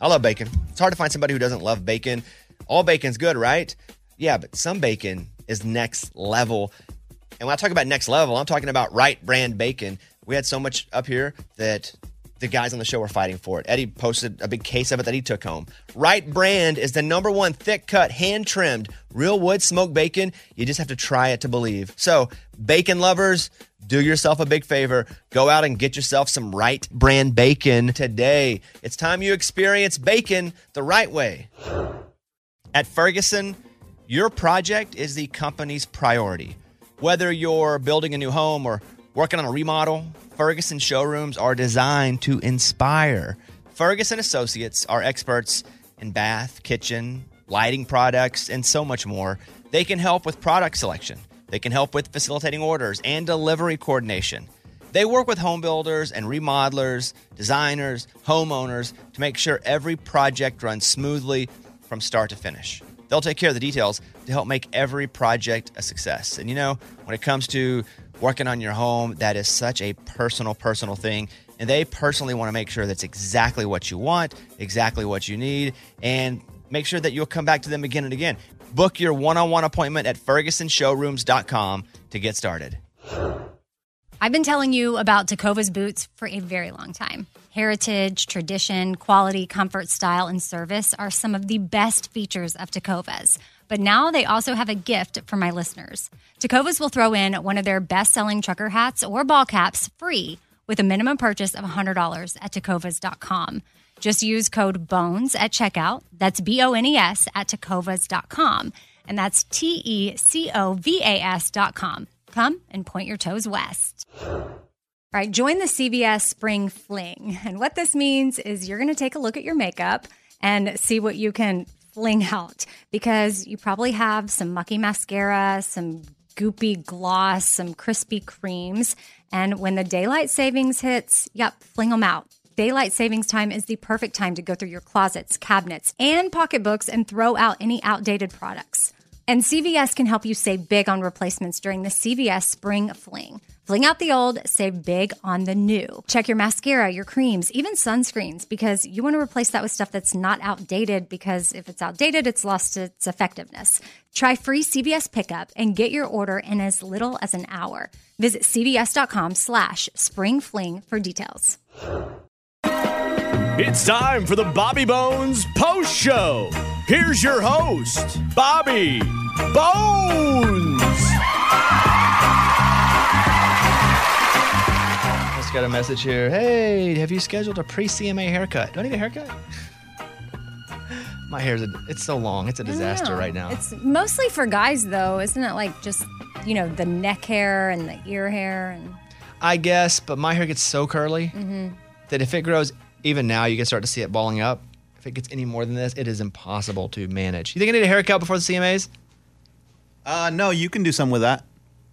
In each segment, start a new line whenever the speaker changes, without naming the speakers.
I love bacon. It's hard to find somebody who doesn't love bacon. All bacon's good, right? Yeah, but some bacon is next level. And when I talk about next level, I'm talking about right brand bacon. We had so much up here that the guys on the show were fighting for it. Eddie posted a big case of it that he took home. Right Brand is the number one thick cut, hand trimmed, real wood smoked bacon. You just have to try it to believe. So, bacon lovers, do yourself a big favor. Go out and get yourself some Right Brand bacon today. It's time you experience bacon the right way. At Ferguson, your project is the company's priority. Whether you're building a new home or working on a remodel, Ferguson showrooms are designed to inspire. Ferguson Associates are experts in bath, kitchen, lighting products, and so much more. They can help with product selection, they can help with facilitating orders and delivery coordination. They work with home builders and remodelers, designers, homeowners to make sure every project runs smoothly from start to finish. They'll take care of the details to help make every project a success. And you know, when it comes to working on your home, that is such a personal, personal thing. And they personally want to make sure that's exactly what you want, exactly what you need, and make sure that you'll come back to them again and again. Book your one on one appointment at fergusonshowrooms.com to get started.
I've been telling you about Takova's boots for a very long time. Heritage, tradition, quality, comfort, style, and service are some of the best features of Takovas. But now they also have a gift for my listeners. Takovas will throw in one of their best selling trucker hats or ball caps free with a minimum purchase of $100 at tacovas.com. Just use code BONES at checkout. That's B O N E S at tacovas.com. And that's T E C O V A S.com. Come and point your toes west. All right, join the CVS Spring Fling. And what this means is you're going to take a look at your makeup and see what you can fling out because you probably have some mucky mascara, some goopy gloss, some crispy creams. And when the daylight savings hits, yep, fling them out. Daylight savings time is the perfect time to go through your closets, cabinets, and pocketbooks and throw out any outdated products. And CVS can help you save big on replacements during the CVS Spring Fling. Fling out the old, save big on the new. Check your mascara, your creams, even sunscreens, because you want to replace that with stuff that's not outdated, because if it's outdated, it's lost its effectiveness. Try free CVS pickup and get your order in as little as an hour. Visit cvs.com slash springfling for details.
It's time for the Bobby Bones Post Show. Here's your host, Bobby Bones.
Just got a message here. Hey, have you scheduled a pre CMA haircut? Do I need a haircut? My hair's, a, it's so long. It's a disaster
Yeah.
right now.
It's mostly for guys, though, isn't it? Like just you know the neck hair and the ear hair and
I guess, but my hair gets so curly
Mm-hmm.
that if it grows even now, you can start to see it balling up. If it gets any more than this, it is impossible to manage. You think I need a haircut before the CMAs?
Uh, no, you can do something with that.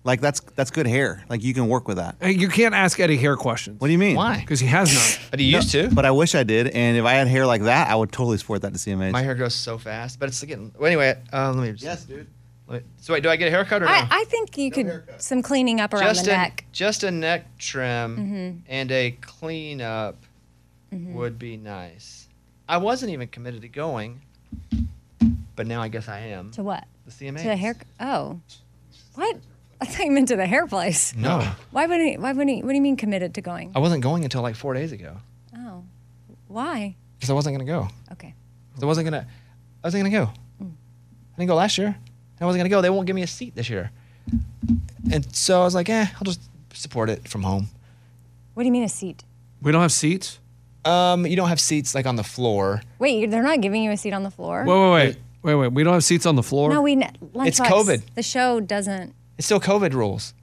Like that's that's good hair. Like you can work with that.
Hey, Uh, You can't ask Eddie hair questions
What do you mean?
Why?
because he has none.
But you used to.
But I wish I did. And if I had hair like that, I would totally support that to CMH.
My hair grows so fast, but it's getting. Well, anyway, uh, let me. Just,
dude.
let me- so wait, do I get a haircut or no?
I, I think you could some cleaning up around
just
the
a
neck. Mm-hmm.
just a neck trim and a clean up would be nice. I wasn't even committed to going, but now I guess I am.
To what?
the CMAs.
To a hair? Oh, what? I thought you meant to the hair place.
No,
Why wouldn't? He, why wouldn't? He, what do you mean committed to going?
I wasn't going until like four days ago
Oh, why?
because I wasn't gonna go.
Okay.
'Cause I wasn't gonna. I wasn't gonna go.
Mm.
I didn't go last year. I wasn't gonna go. They won't give me a seat this year. And so I was like, eh, I'll just support it from home.
What do you mean a seat?
We don't have seats.
Um, you don't have seats like on the floor.
Wait, you- they're not giving you a seat on the floor.
Wait, wait, wait, wait, wait. We don't have seats on the floor.
no, we. n-
It's
Lunchbox,
COVID.
The show doesn't.
It's still COVID rules.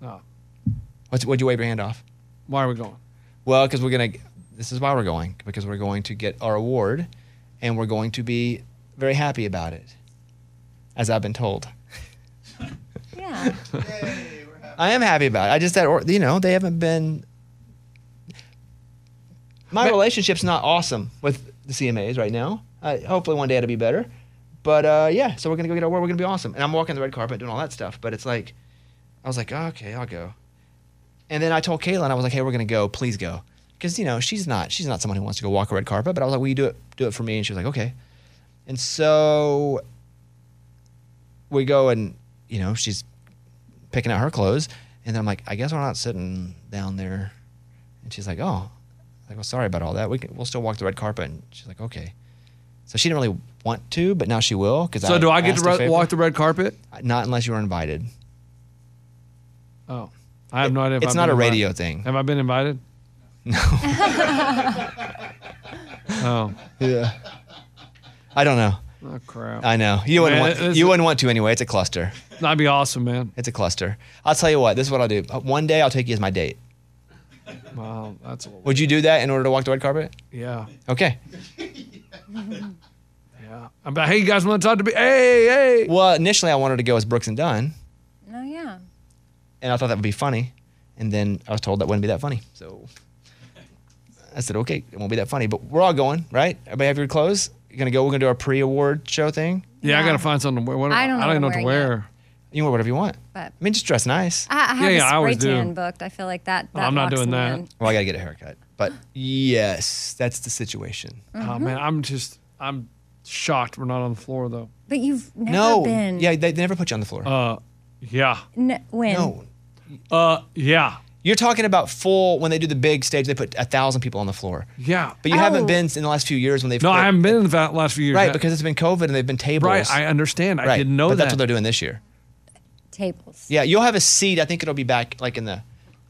Oh.
What's, what'd you wave your hand off?
Why are we going?
Well, because we're gonna. This is why we're going because we're going to get our award, and we're going to be very happy about it, as I've been told.
Yeah.
I am happy about it. I just that or you know they haven't been. My relationship's not awesome with the CMAs right now. I, hopefully one day it'll be better, but uh, yeah. So we're gonna go get our award. We're gonna be awesome, and I'm walking the red carpet doing all that stuff. But it's like, I was like, "Oh, okay, I'll go. And then I told Kayla, and I was like, hey, we're gonna go. Please go. because you know she's not she's not someone who wants to go walk a red carpet. But I was like, "Will you do it? Do it for me?" And she was like, "Okay." And so we go and you know she's picking out her clothes, and then I'm like, "I guess we're not sitting down there." And she's like, "Oh." I'm Like, well, sorry about all that. We can, we'll still walk the red carpet. And she's like, okay. So she didn't really want to, but now she will. Cause
So do I get to
asked a
red,
favor.
walk the red carpet?
Not unless you were invited.
Oh, I have no idea. If
it's
I've
not
been
a radio
invited.
thing.
Have I been invited? No.
Yeah. I don't know.
oh, oh crap!
I know you wouldn't
Man,
want
this-
you wouldn't want to anyway. It's a cluster.
That'd be awesome, man.
It's a cluster. I'll tell you what. This is what I'll do. Uh, One day I'll take you as my date.
Wow, that's a little,
Would you do that in order to walk the red carpet?
yeah,
Okay.
yeah. I'm about, hey, you guys want to talk to me? Hey, hey.
Well, initially I wanted to go as Brooks and Dunn,
No, yeah.
and I thought that would be funny, and then I was told that wouldn't be that funny. So I said, okay, it won't be that funny. But we're all going, right? Everybody have your clothes. You're gonna go. We're gonna do our pre-award show thing.
Yeah, I
Yeah.
gotta find something to wear. What,
I don't know
I don't
what
know what to
I'm wearing
wear.
You can wear whatever you want.
But
I mean, just dress nice.
I, I have
Yeah, yeah, I
a spray
always do. Oh,
tan booked. I feel like that. that
I'm not
locks
doing
me
that.
in.
Well, I gotta get a haircut. But yes, that's the situation.
Mm-hmm.
Oh man, I'm just I'm shocked we're not on the floor though.
But you've never
no,
been.
yeah, they, they never put you on the floor.
Uh, yeah,
N- when?
no,
uh, yeah,
You're talking about full when they do the big stage, they put a thousand people on the floor.
yeah.
But you
Oh.
haven't been in the last few years when they've
no,
put-
I haven't been in the fa- last few years.
right
I-
because it's been COVID and they've been tables.
right. I understand. I
Right.
didn't know
but
that.
that's what they're doing this year.
Tables.
Yeah, you'll have a seat. I think it'll be back like in the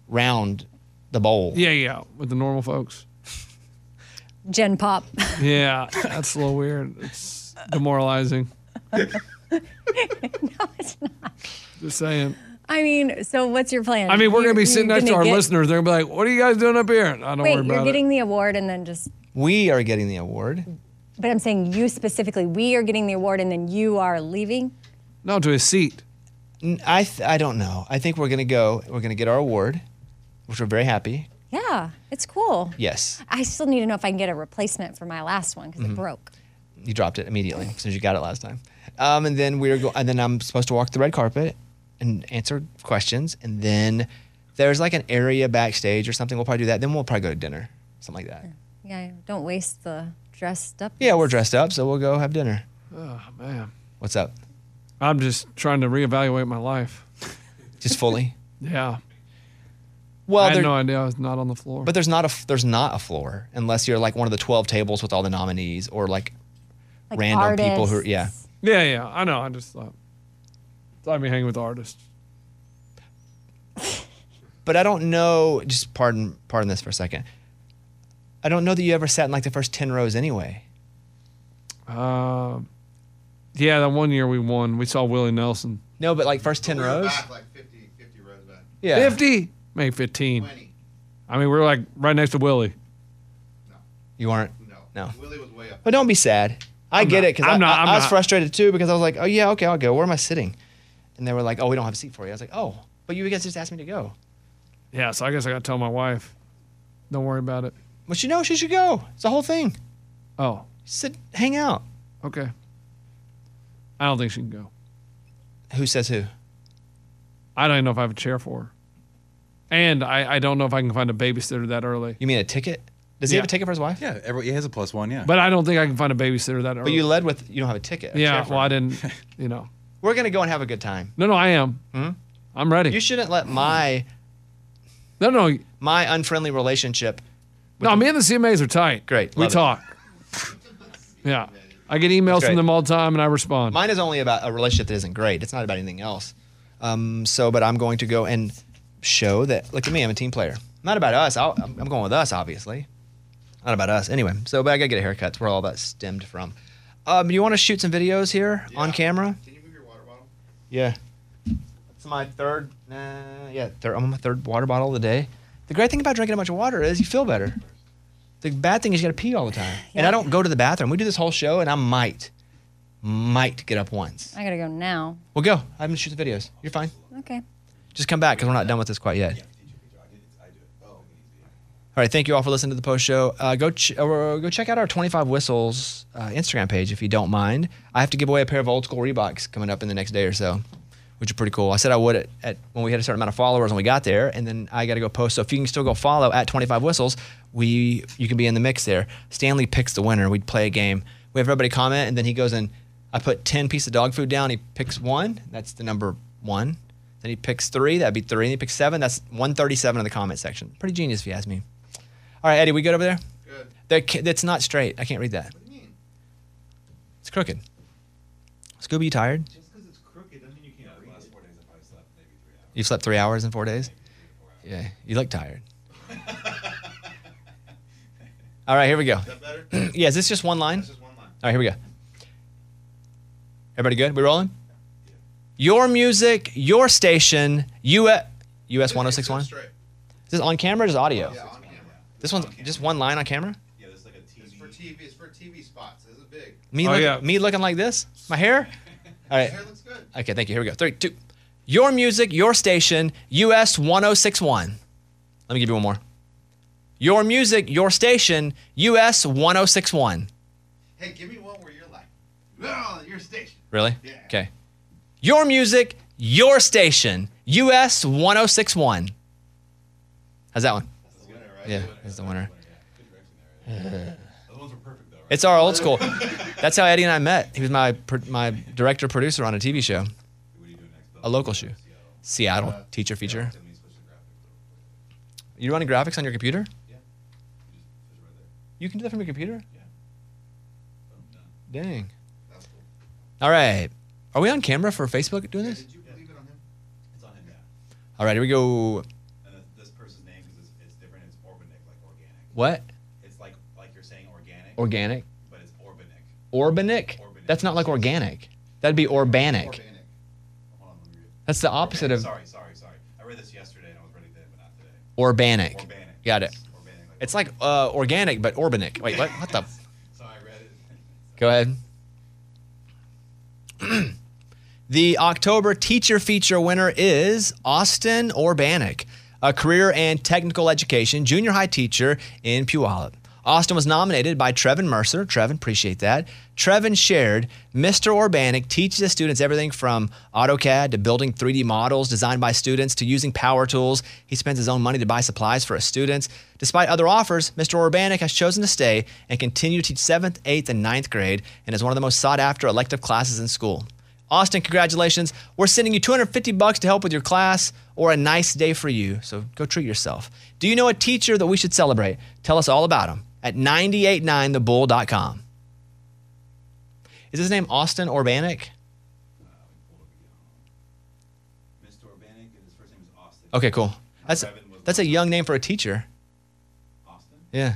round, the bowl.
yeah, yeah, with the normal folks.
Gen Pop.
Yeah, that's a little weird. It's demoralizing.
no, it's not.
Just saying.
I mean, so what's your plan?
I mean, we're
You're-
gonna be sitting
you're
next to
gonna
our
get-
listeners. They're gonna be like, "What are you guys doing up here?" And I don't worry
Wait,
about
you're
it.
getting the award and then just.
We are getting the award.
But I'm saying you specifically. We are getting the award and then you are leaving.
no to a seat.
N- I th- I don't know. I think we're gonna go. We're gonna get our award, which we're very happy.
Yeah, it's cool.
Yes,
I still need to know if I can get a replacement for my last one
Mm-hmm.
because it broke.
you dropped it immediately as soon as you got it last time. Um, and then we are go- and then I'm supposed to walk the red carpet and answer questions. And then there's like an area backstage or something. We'll probably do that. Then we'll probably go to dinner, something like that.
Yeah, don't waste the dressed up.
Yeah, we're dressed up, so we'll go have dinner.
Oh man,
What's up?
I'm just trying to reevaluate my life.
Just fully.
Yeah,
Well,
I
there-
had no idea I was not on the floor.
but there's not a f- there's not a floor unless you're like one of the twelve tables with all the nominees or like,
Like
random people who are-
artists.
yeah.
yeah, yeah, I know. I just thought, thought I'd be hanging with artists.
But I don't know. Just pardon pardon this for a second. I don't know that you ever sat in like the first ten rows anyway.
Um, yeah, that one year we won, we saw Willie Nelson.
No, but like first ten
We were
rows.
back like 50, 50 rows back.
Yeah.
50, maybe 15.
20.
I mean, we were like right next to Willie.
You aren't.
No.
No.
Willie was way up.
But don't be sad. I get
not.
it because
I'm
I,
not-
I-
I'm
I was
not.
frustrated too because I was like, oh yeah, okay, I'll go. Where am I sitting? And they were like, oh, we don't have a seat for you. I was like, oh, but you guys just asked me to go.
Yeah, so I guess I got to tell my wife, don't worry about it.
But you know, she should go. It's the whole thing.
Oh,
Sit, hang out.
okay. I don't think she can go.
Who says who?
I don't even know if I have a chair for her. And I, I don't know if I can find a babysitter that early.
You mean a ticket? Does he
Yeah.
have a ticket for his wife?
Yeah, every, he has a plus one. Yeah.
But I don't think I can find a babysitter that early.
But you led with you don't have a ticket. a chair
yeah,
for
well, I
him.
didn't, you know.
We're gonna go and have a good time.
No, no, I am. I'm ready.
Hmm? You shouldn't let my
no, no,
my unfriendly relationship.
No, me and the CMAs are tight.
Great,
We
love it.
talk. yeah. I get emails
That's
from
great.
them all the time and I respond.
Mine is only about a relationship that isn't great. It's not about anything else. Um, so, but I'm going to go and show that. Look at me, I'm a team player. Not about us. I'll, I'm I'm going with us, obviously. Not about us. Anyway, so but I gotta get a haircut. That's where all that stemmed from. Um, you want to shoot some videos here on
Yeah.
camera?
Can you move your water bottle?
Yeah. It's my third. Uh, yeah, third, I'm on my third water bottle of the day. The great thing about drinking a bunch of water is you feel better. The bad thing is you got to pee all the time, and I don't go to the bathroom. We do this whole show, and I might, might get up once.
I gotta go now.
Well, go. I'm gonna shoot the videos. You're fine.
Okay.
Just come back because we're not done with this quite yet. All right, thank you all for listening to the post show. Uh, go ch- uh, go check out our 25 Whistles uh, Instagram page if you don't mind. I have to give away a pair of old school Reeboks coming up in the next day or so. which is pretty cool. I said I would at, at when we had a certain amount of followers and we got there, and then I got to go post. So if you can still go follow at 25 whistles, we you can be in the mix there. Stanley picks the winner. We'd play a game. We have everybody comment, and then he goes and I put 10 pieces of dog food down. He picks one. That's the number one. Then he picks three. That'd be three. And he picks seven. That's 137 in the comment section. Pretty genius, if you ask me. All right, Eddie, we good over there?
Good.
That ca- that's not straight. I can't read that. It's crooked. Scooby, you tired?
Just because it's crooked doesn't mean you can't read it.
You slept three hours in four days? Yeah, you look tired. All right, here we go.
Is that better? It's
Yeah, is this just one line?
just one line.
All right, here we go. Everybody good? We rolling? Your music, your station, U- oh US 1061. Is
Straight.
this on camera or just audio?
Yeah, on camera.
This one's just one line on camera?
It's for TV. It's for TV spots. This is big.
Me,
Oh,
look-
yeah.
me looking like this? My hair? All right.
Hair looks good.
Okay, thank you. Here we go. Three, two. Your music, your station, US 1061. Let me give you one more. Your music, your station, US 1061.
Hey, give me one where you're like, "Ugh, your station.
Really?
Yeah.
Okay. Your music, your station, US 1061. How's that one?
That's the winner, right?
Yeah, it's the winner.
Those ones were perfect though. Right?
It's our old school. That's how Eddie and I met. He was my pr- my director producer on a TV show,
What are you doing next?
a
Uh,
local show. Seattle teacher feature.
Let me switch the graphics.
You running graphics on your computer?
Yeah. Just switch right there.
You can do that from your computer? Yeah. Dang.
That's cool.
All right. Are we on camera for Facebook doing this?
Did you believe it on him? It's on him now.
All right, here we go.
And this person's name is it's different. It's Orbanic, like organic.
What?
It's like like you're saying organic,
Organic?
but it's Orbanic.
Orbanic?
Orbanic.
That's not like organic. That'd be orbanic.
Organic. Hold on, let me read it.
That's the opposite of
Sorry, sorry, sorry. I read this yesterday and I was ready then, but not today.
organic.
Orbanic.
Got it.
It's Orbanic. Like
It's like uh, organic, but orbanic. Wait, what? What the?
sorry, I read it.
Go ahead. the October teacher feature winner is Austin Orbanic, a career and technical education junior high teacher in Puyallup. Austin was nominated by Trevin Mercer. Trevin, appreciate that. Trevin shared, Mr. Orbanic teaches his students everything from AutoCAD to building 3D models designed by students to using power tools. He spends his own money to buy supplies for his students. Despite other offers, Mr. Orbanic has chosen to stay and continue to teach 7th, 8th, and 9th grade and is one of the most sought after elective classes in school. Austin, congratulations. We're sending you 250 bucks to help with your class or a nice day for you. So go treat yourself. Do you know a teacher that we should celebrate? Tell us all about him at 989thebull.com. Is his name Austin Orbanic?
Mr. Orbanic, and his first name is Austin.
Okay, cool. That's that's a young name for a teacher.
Austin?
Yeah.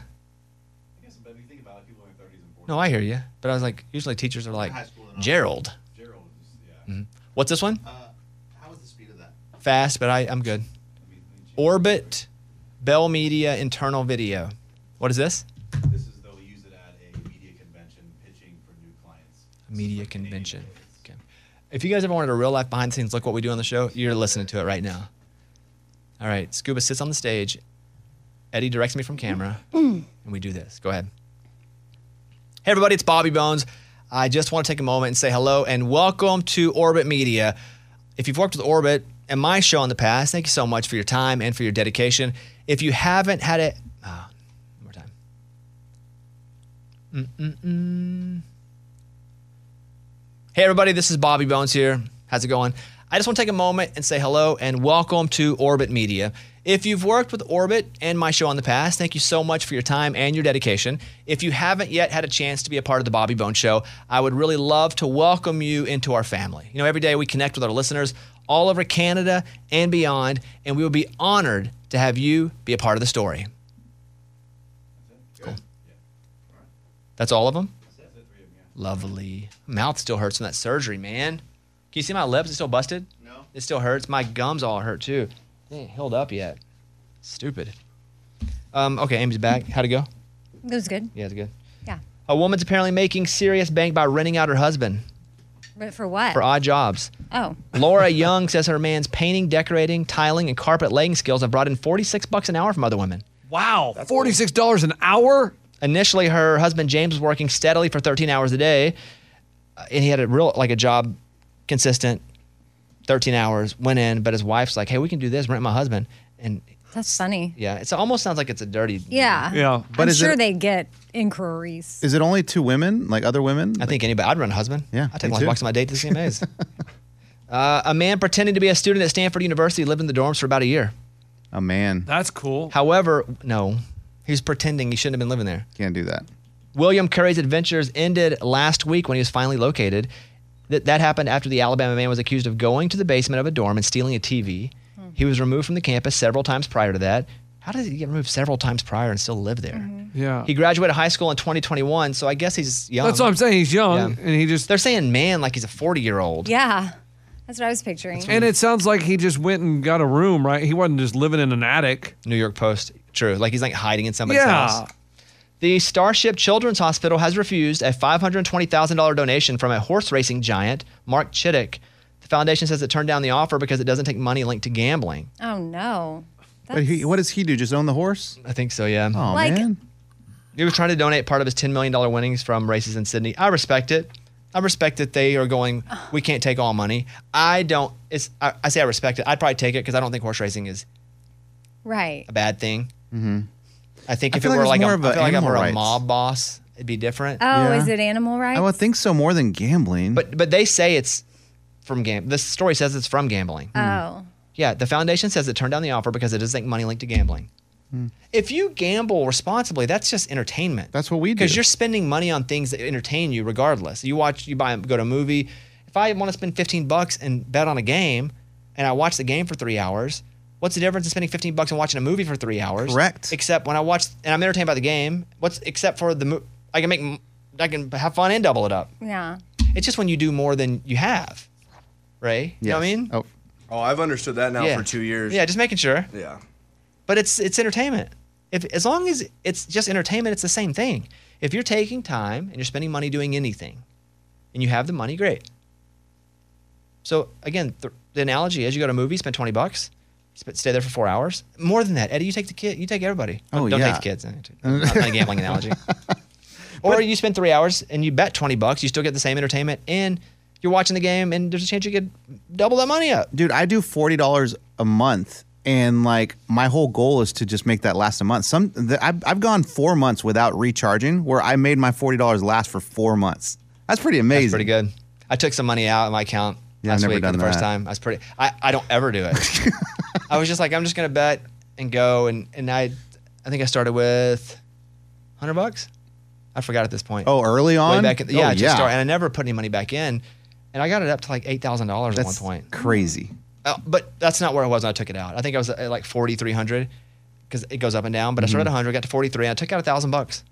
I guess, but if you think about it, people in their 30s and 40s.
No, I hear you. But I was like, usually teachers are like
High school and all.
Gerald.
Gerald is, yeah.
Mm. What's this one?
Uh, how was the speed of that?
Fast, but I, I'm good.
Let me, let me check.
Orbit Bell Media Internal Video. What is this?
This is they'll use it at a media convention pitching for new clients.
media convention. Okay. If you guys ever wanted a real life behind the scenes look what we do on the show, you're listening to it right now. All right, Scuba sits on the stage. Eddie directs me from camera, and we do this. Go ahead. Hey, everybody, it's Bobby Bones. I just want to take a moment and say hello and welcome to Orbit Media. If you've worked with Orbit and my show in the past, thank you so much for your time and for your dedication. If you haven't had it, ah, one more time. Hey, everybody, this is Bobby Bones here. How's it going? I just want to take a moment and say hello and welcome to Orbit Media. If you've worked with Orbit and my show in the past, thank you so much for your time and your dedication. If you haven't yet had a chance to be a part of the Bobby Bones Show, I would really love to welcome you into our family. You know, every day we connect with our listeners all over Canada and beyond, and we would be honored to have you be a part of the story.
Cool.
That's all of them?
That's it, three of them,
Lovely. Mouth still hurts from that surgery, man. Can you see my lips? It's still busted?
yeah. No?
It still hurts. My gums all hurt too. They ain't healed up yet. Stupid. Um, okay, Amy's back. How'd it go?
It was good.
Yeah, it's good.
Yeah.
A woman's apparently making serious bank by renting out her husband
But for what?
for odd jobs.
oh,
Laura Young says her man's painting, decorating, tiling, and carpet laying skills have brought in 46 bucks an hour from other women.
Wow, forty-six dollars an hour.
Initially, her husband James was working steadily for 13 hours a day, uh, and he had a real like a job consistent 13 hours, went in, but his wife's like, hey, we can do this, rent my husband. And
That's funny.
yeah, it's- it almost sounds like it's a dirty.
Yeah.
Yeah.
But
I'm
is
sure
it-
they get inquiries.
Is it only two women, like other women?
I think anybody, I'd run a husband.
Yeah,
I take
me
long
too.
walks with my date to the CMAs. uh, a man pretending to be a student at Stanford University lived in the dorms for about a year.
a Oh, man
That's cool.
However, no, he was pretending he shouldn't have been living there.
can't do that.
William Curry's adventures ended last week when he was finally located. That that happened after the Alabama man was accused of going to the basement of a dorm and stealing a TV.
Hmm.
He was removed from the campus several times prior to that. How did he get removed several times prior and still live there?
Yeah.
He graduated high school in 2021, so I guess he's young.
That's what I'm saying. He's young,
Yeah.
and he just.
They're saying man like he's a 40 year old.
Yeah. That's what I was picturing.
and it sounds like he just went and got a room, right? He wasn't just living in an attic.
New York Post. True. Like he's like hiding in somebody's
Yeah.
house. The Starship Children's Hospital has refused a $520,000 donation from a horse racing giant, Mark Chittick. The foundation says it turned down the offer because it doesn't take money linked to gambling.
oh no.
But he, what does he do? Just own the horse?
I think so, yeah.
Oh
Like-
man,
He was trying to donate part of his $10 million winnings from races in Sydney. I respect it. I respect that they are going, we can't take all money. I don't, it's, I, I say I respect it. I'd probably take it because I don't think horse racing is
Right.
a bad thing. I think
Mm-hmm. I
if it
feel like
were
it's
like, a,
more of a
I feel like if it
animal
were a
rights.
mob boss, it'd be different.
Oh,
Yeah.
is it animal rights?
I would think so more than gambling.
But but they say it's from gam. This story says it's from gambling.
oh.
yeah, the foundation says it turned down the offer because it doesn't think money linked to gambling.
Hmm.
If you gamble responsibly, that's just entertainment.
That's what we do.
Because you're spending money on things that entertain you, regardless. You watch, you buy, go to a movie. If I want to spend 15 bucks and bet on a game, and I watch the game for three hours, what's the difference in spending 15 bucks and watching a movie for three hours?
Correct.
Except when I watch, and I'm entertained by the game. What's except for the, mo- I can make, m- I can have fun and double it up.
Yeah.
It's just when you do more than you have, right? You know what I
Yes.
mean?
Oh,
Oh, I've understood that now for two years.
Yeah, just making sure.
Yeah.
But it's it's entertainment. If as long as it's just entertainment, it's the same thing. If you're taking time and you're spending money doing anything, and you have the money, great. So again, th- the analogy is: you go to a movie, spend twenty bucks, sp- stay there for four hours. More than that, Eddie, you take the kid, you take everybody.
Oh,
don't
yeah.
take the kids. Not not a gambling analogy. Or you spend three hours and you bet twenty bucks, you still get the same entertainment, and you're watching the game, and there's a chance you could double that money up.
dude, I do forty dollars a month, and like my whole goal is to just make that last a month. Some the, I've, I've gone four months without recharging, where I made my forty dollars last for four months. That's pretty amazing.
That's pretty good. I took some money out of my account
Yeah, I've
last
never
week for
done
the first
that.
time. I was pretty. I, I don't ever do it. I was just like, I'm just gonna bet and go, and and I, I think I started with, hundred bucks. I forgot at this point.
Oh, early on,
way back. At the,
Oh,
yeah, just started, and I never put any money back in, and I got it up to like eight thousand dollars at one
That's
point.
crazy.
Uh, but that's not where I was when I took it out. I think I was at like 4,300 because it goes up and down. But I started
Mm-hmm.
at 100, got to 43, and I took out a thousand bucks.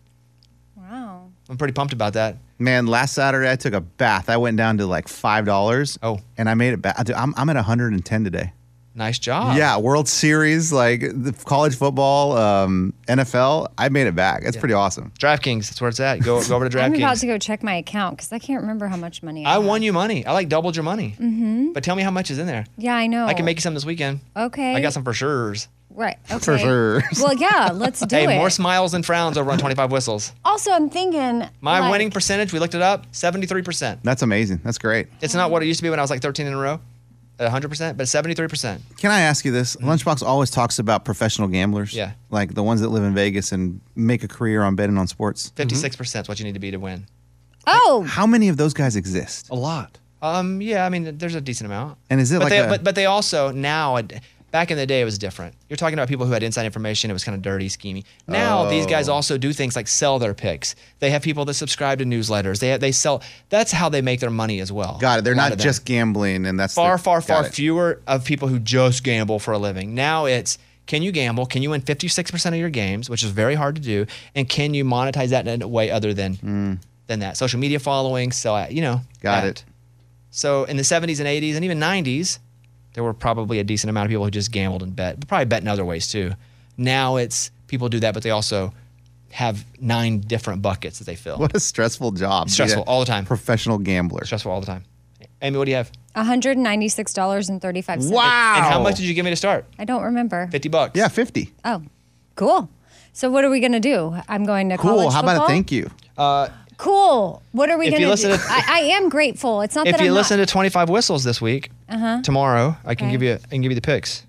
Wow.
I'm pretty pumped about that.
Man, last Saturday I took a bath. I went down to like five dollars.
Oh.
and I made it back. Dude, I'm I'm at 110 today.
Nice job.
Yeah, World Series, like the college football, um, NFL. I made it back. It's pretty awesome.
DraftKings, that's where it's at. Go, go over to
I'm about to
DraftKings.
go check my account because I can't remember how much money I,
I
have.
won you money. I like doubled your money. Mm-hmm. But tell me how much is in there.
Yeah, I know.
I can make you some this weekend.
Oh. Okay.
I got some for sure's.
Right. Okay.
For sure.
Well, yeah. Let's do
Hey,
it.
more smiles and frowns over on 25 Whistles.
also, I'm thinking
My
like,
winning percentage, we looked it up, 73%.
That's amazing. That's great.
It's not what it used to be when I was like 13 in a row at 100%, but 73%.
Can I ask you this? Lunchbox always talks about professional gamblers.
Mm-hmm. Yeah.
Like the ones that live in Vegas and make a career on betting on sports.
56% is what you need to be to win.
Oh,
How many of those guys exist?
A lot.
Um, yeah, I mean, there's a decent amount.
And is it
but
like
they,
a-
but, but they also now, back in the day, it was different. You're talking about people who had inside information. It was kind of dirty, scheming. Now these
Oh.
guys also do things like sell their picks. They have people that subscribe to newsletters. They they sell. That's how they make their money as well.
Got it. They're
A lot
not
of them.
just gambling, and that's
far,
their-
far,
got
far
it.
fewer of people who just gamble for a living. Now it's can you gamble? Can you win 56% of your games, which is very hard to do, and can you monetize that in a way other than than that? Social media following, so you know,
Mm. Got
that.
it.
So in the 70s and 80s and even 90s, there were probably a decent amount of people who just gambled and bet, but probably bet in other ways too. Now it's people do that, but they also have nine different buckets that they fill.
What a stressful job. being
Stressful
a
all the time.
Professional gambler.
Stressful all the time. Amy, what do you have?
$196.35.
Wow.
And how much did you give me to start?
I don't remember.
50 bucks.
Yeah, 50.
Oh, cool. So what are we gonna do? I'm going to
Cool.
college
How about a
football?
thank you?
cool. What are we
If
going
you
to do?
listen to-
I, I am grateful. It's not
If
that
you
I'm
listen
not.
to 25 whistles this week,
Uh-huh.
tomorrow I can
Okay.
give you I can give you the picks,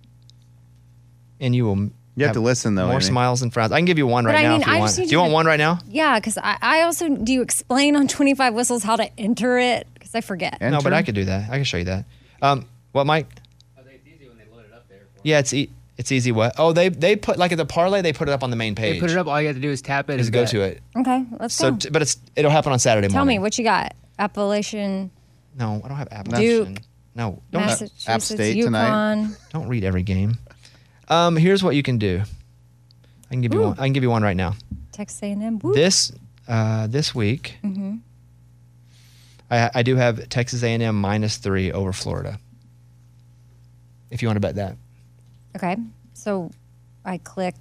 and you will. You
You have to listen, though,
More
Amy.
smiles and frowns. I can give you one
But
right
I
now
mean,
if you
I
want.
just
Do
need
you
to-
want one right now?
yeah, because I, I also do you explain on 25 Whistles how to enter it? Because I forget.
No, but I could do that. I can show you that. Um, what, Mike? Yeah, it's e- it's easy. What? Oh, they they put like at the parlay, they put it up on the main page.
They put it up. All you have to do is tap it.
Just
and
go
bet.
to it.
Okay, let's
So,
go.
t- but it's it'll happen on Saturday
Tell me
morning.
what you got. Appalachian,
No, I don't have Apple.
Duke,
No, don't
Massachusetts,
App State tonight.
Yukon.
don't read every game. Um, here's what you can do. I can give you
Ooh.
one. I can give you one right now.
Texas A&M. Woo.
This uh, this week,
Mhm.
I I do have Texas A&M minus three over Florida. If you want to bet that.
Okay, so I click.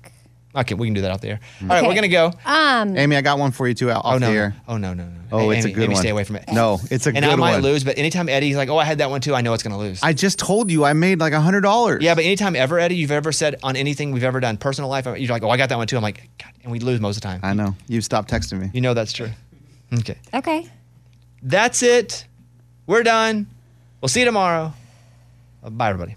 Okay, we can do that out there. All right, we're
Okay.
gonna go.
Um,
Amy, I got one for you too. Mm. Off
Oh
the
no, no!
air.
Oh no! No! no.
Oh,
Hey,
it's
Amy,
a good
Amy,
one.
Stay away from it.
No, it's a
and
good
I might
one.
lose, but anytime Eddie's like, "Oh, I had that one too," I know it's gonna lose.
I just told you I made like a hundred dollars.
yeah, but anytime ever Eddie you've ever said on anything we've ever done, personal life, you're like, "Oh, I got that one too." I'm like, "God," and we lose most of the time.
I know. You stopped texting me.
you know that's true. Okay,
okay,
that's it. We're done. We'll see you tomorrow. Bye, everybody.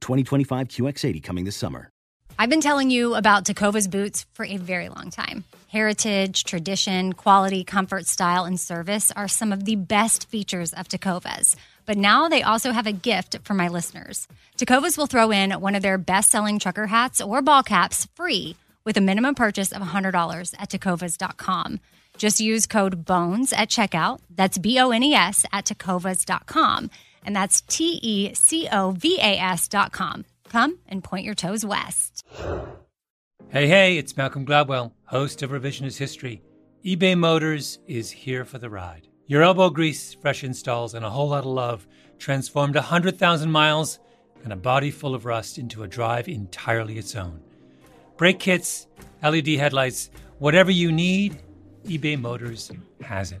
2025 QX80 coming this summer.
I've been telling you about Takova's boots for a very long time. Heritage, tradition, quality, comfort, style, and service are some of the best features of Takova's. But now they also have a gift for my listeners. Takovas will throw in one of their best selling trucker hats or ball caps free with a minimum purchase of $100 at tacovas.com. Just use code BONES at checkout. That's B O N E S at tacovas.com. And that's T E C O V A S.com. Come and point your toes west.
Hey, hey, it's Malcolm Gladwell, host of Revisionist History. eBay Motors is here for the ride. Your elbow grease, fresh installs, and a whole lot of love transformed 100,000 miles and a body full of rust into a drive entirely its own. Brake kits, LED headlights, whatever you need, eBay Motors has it.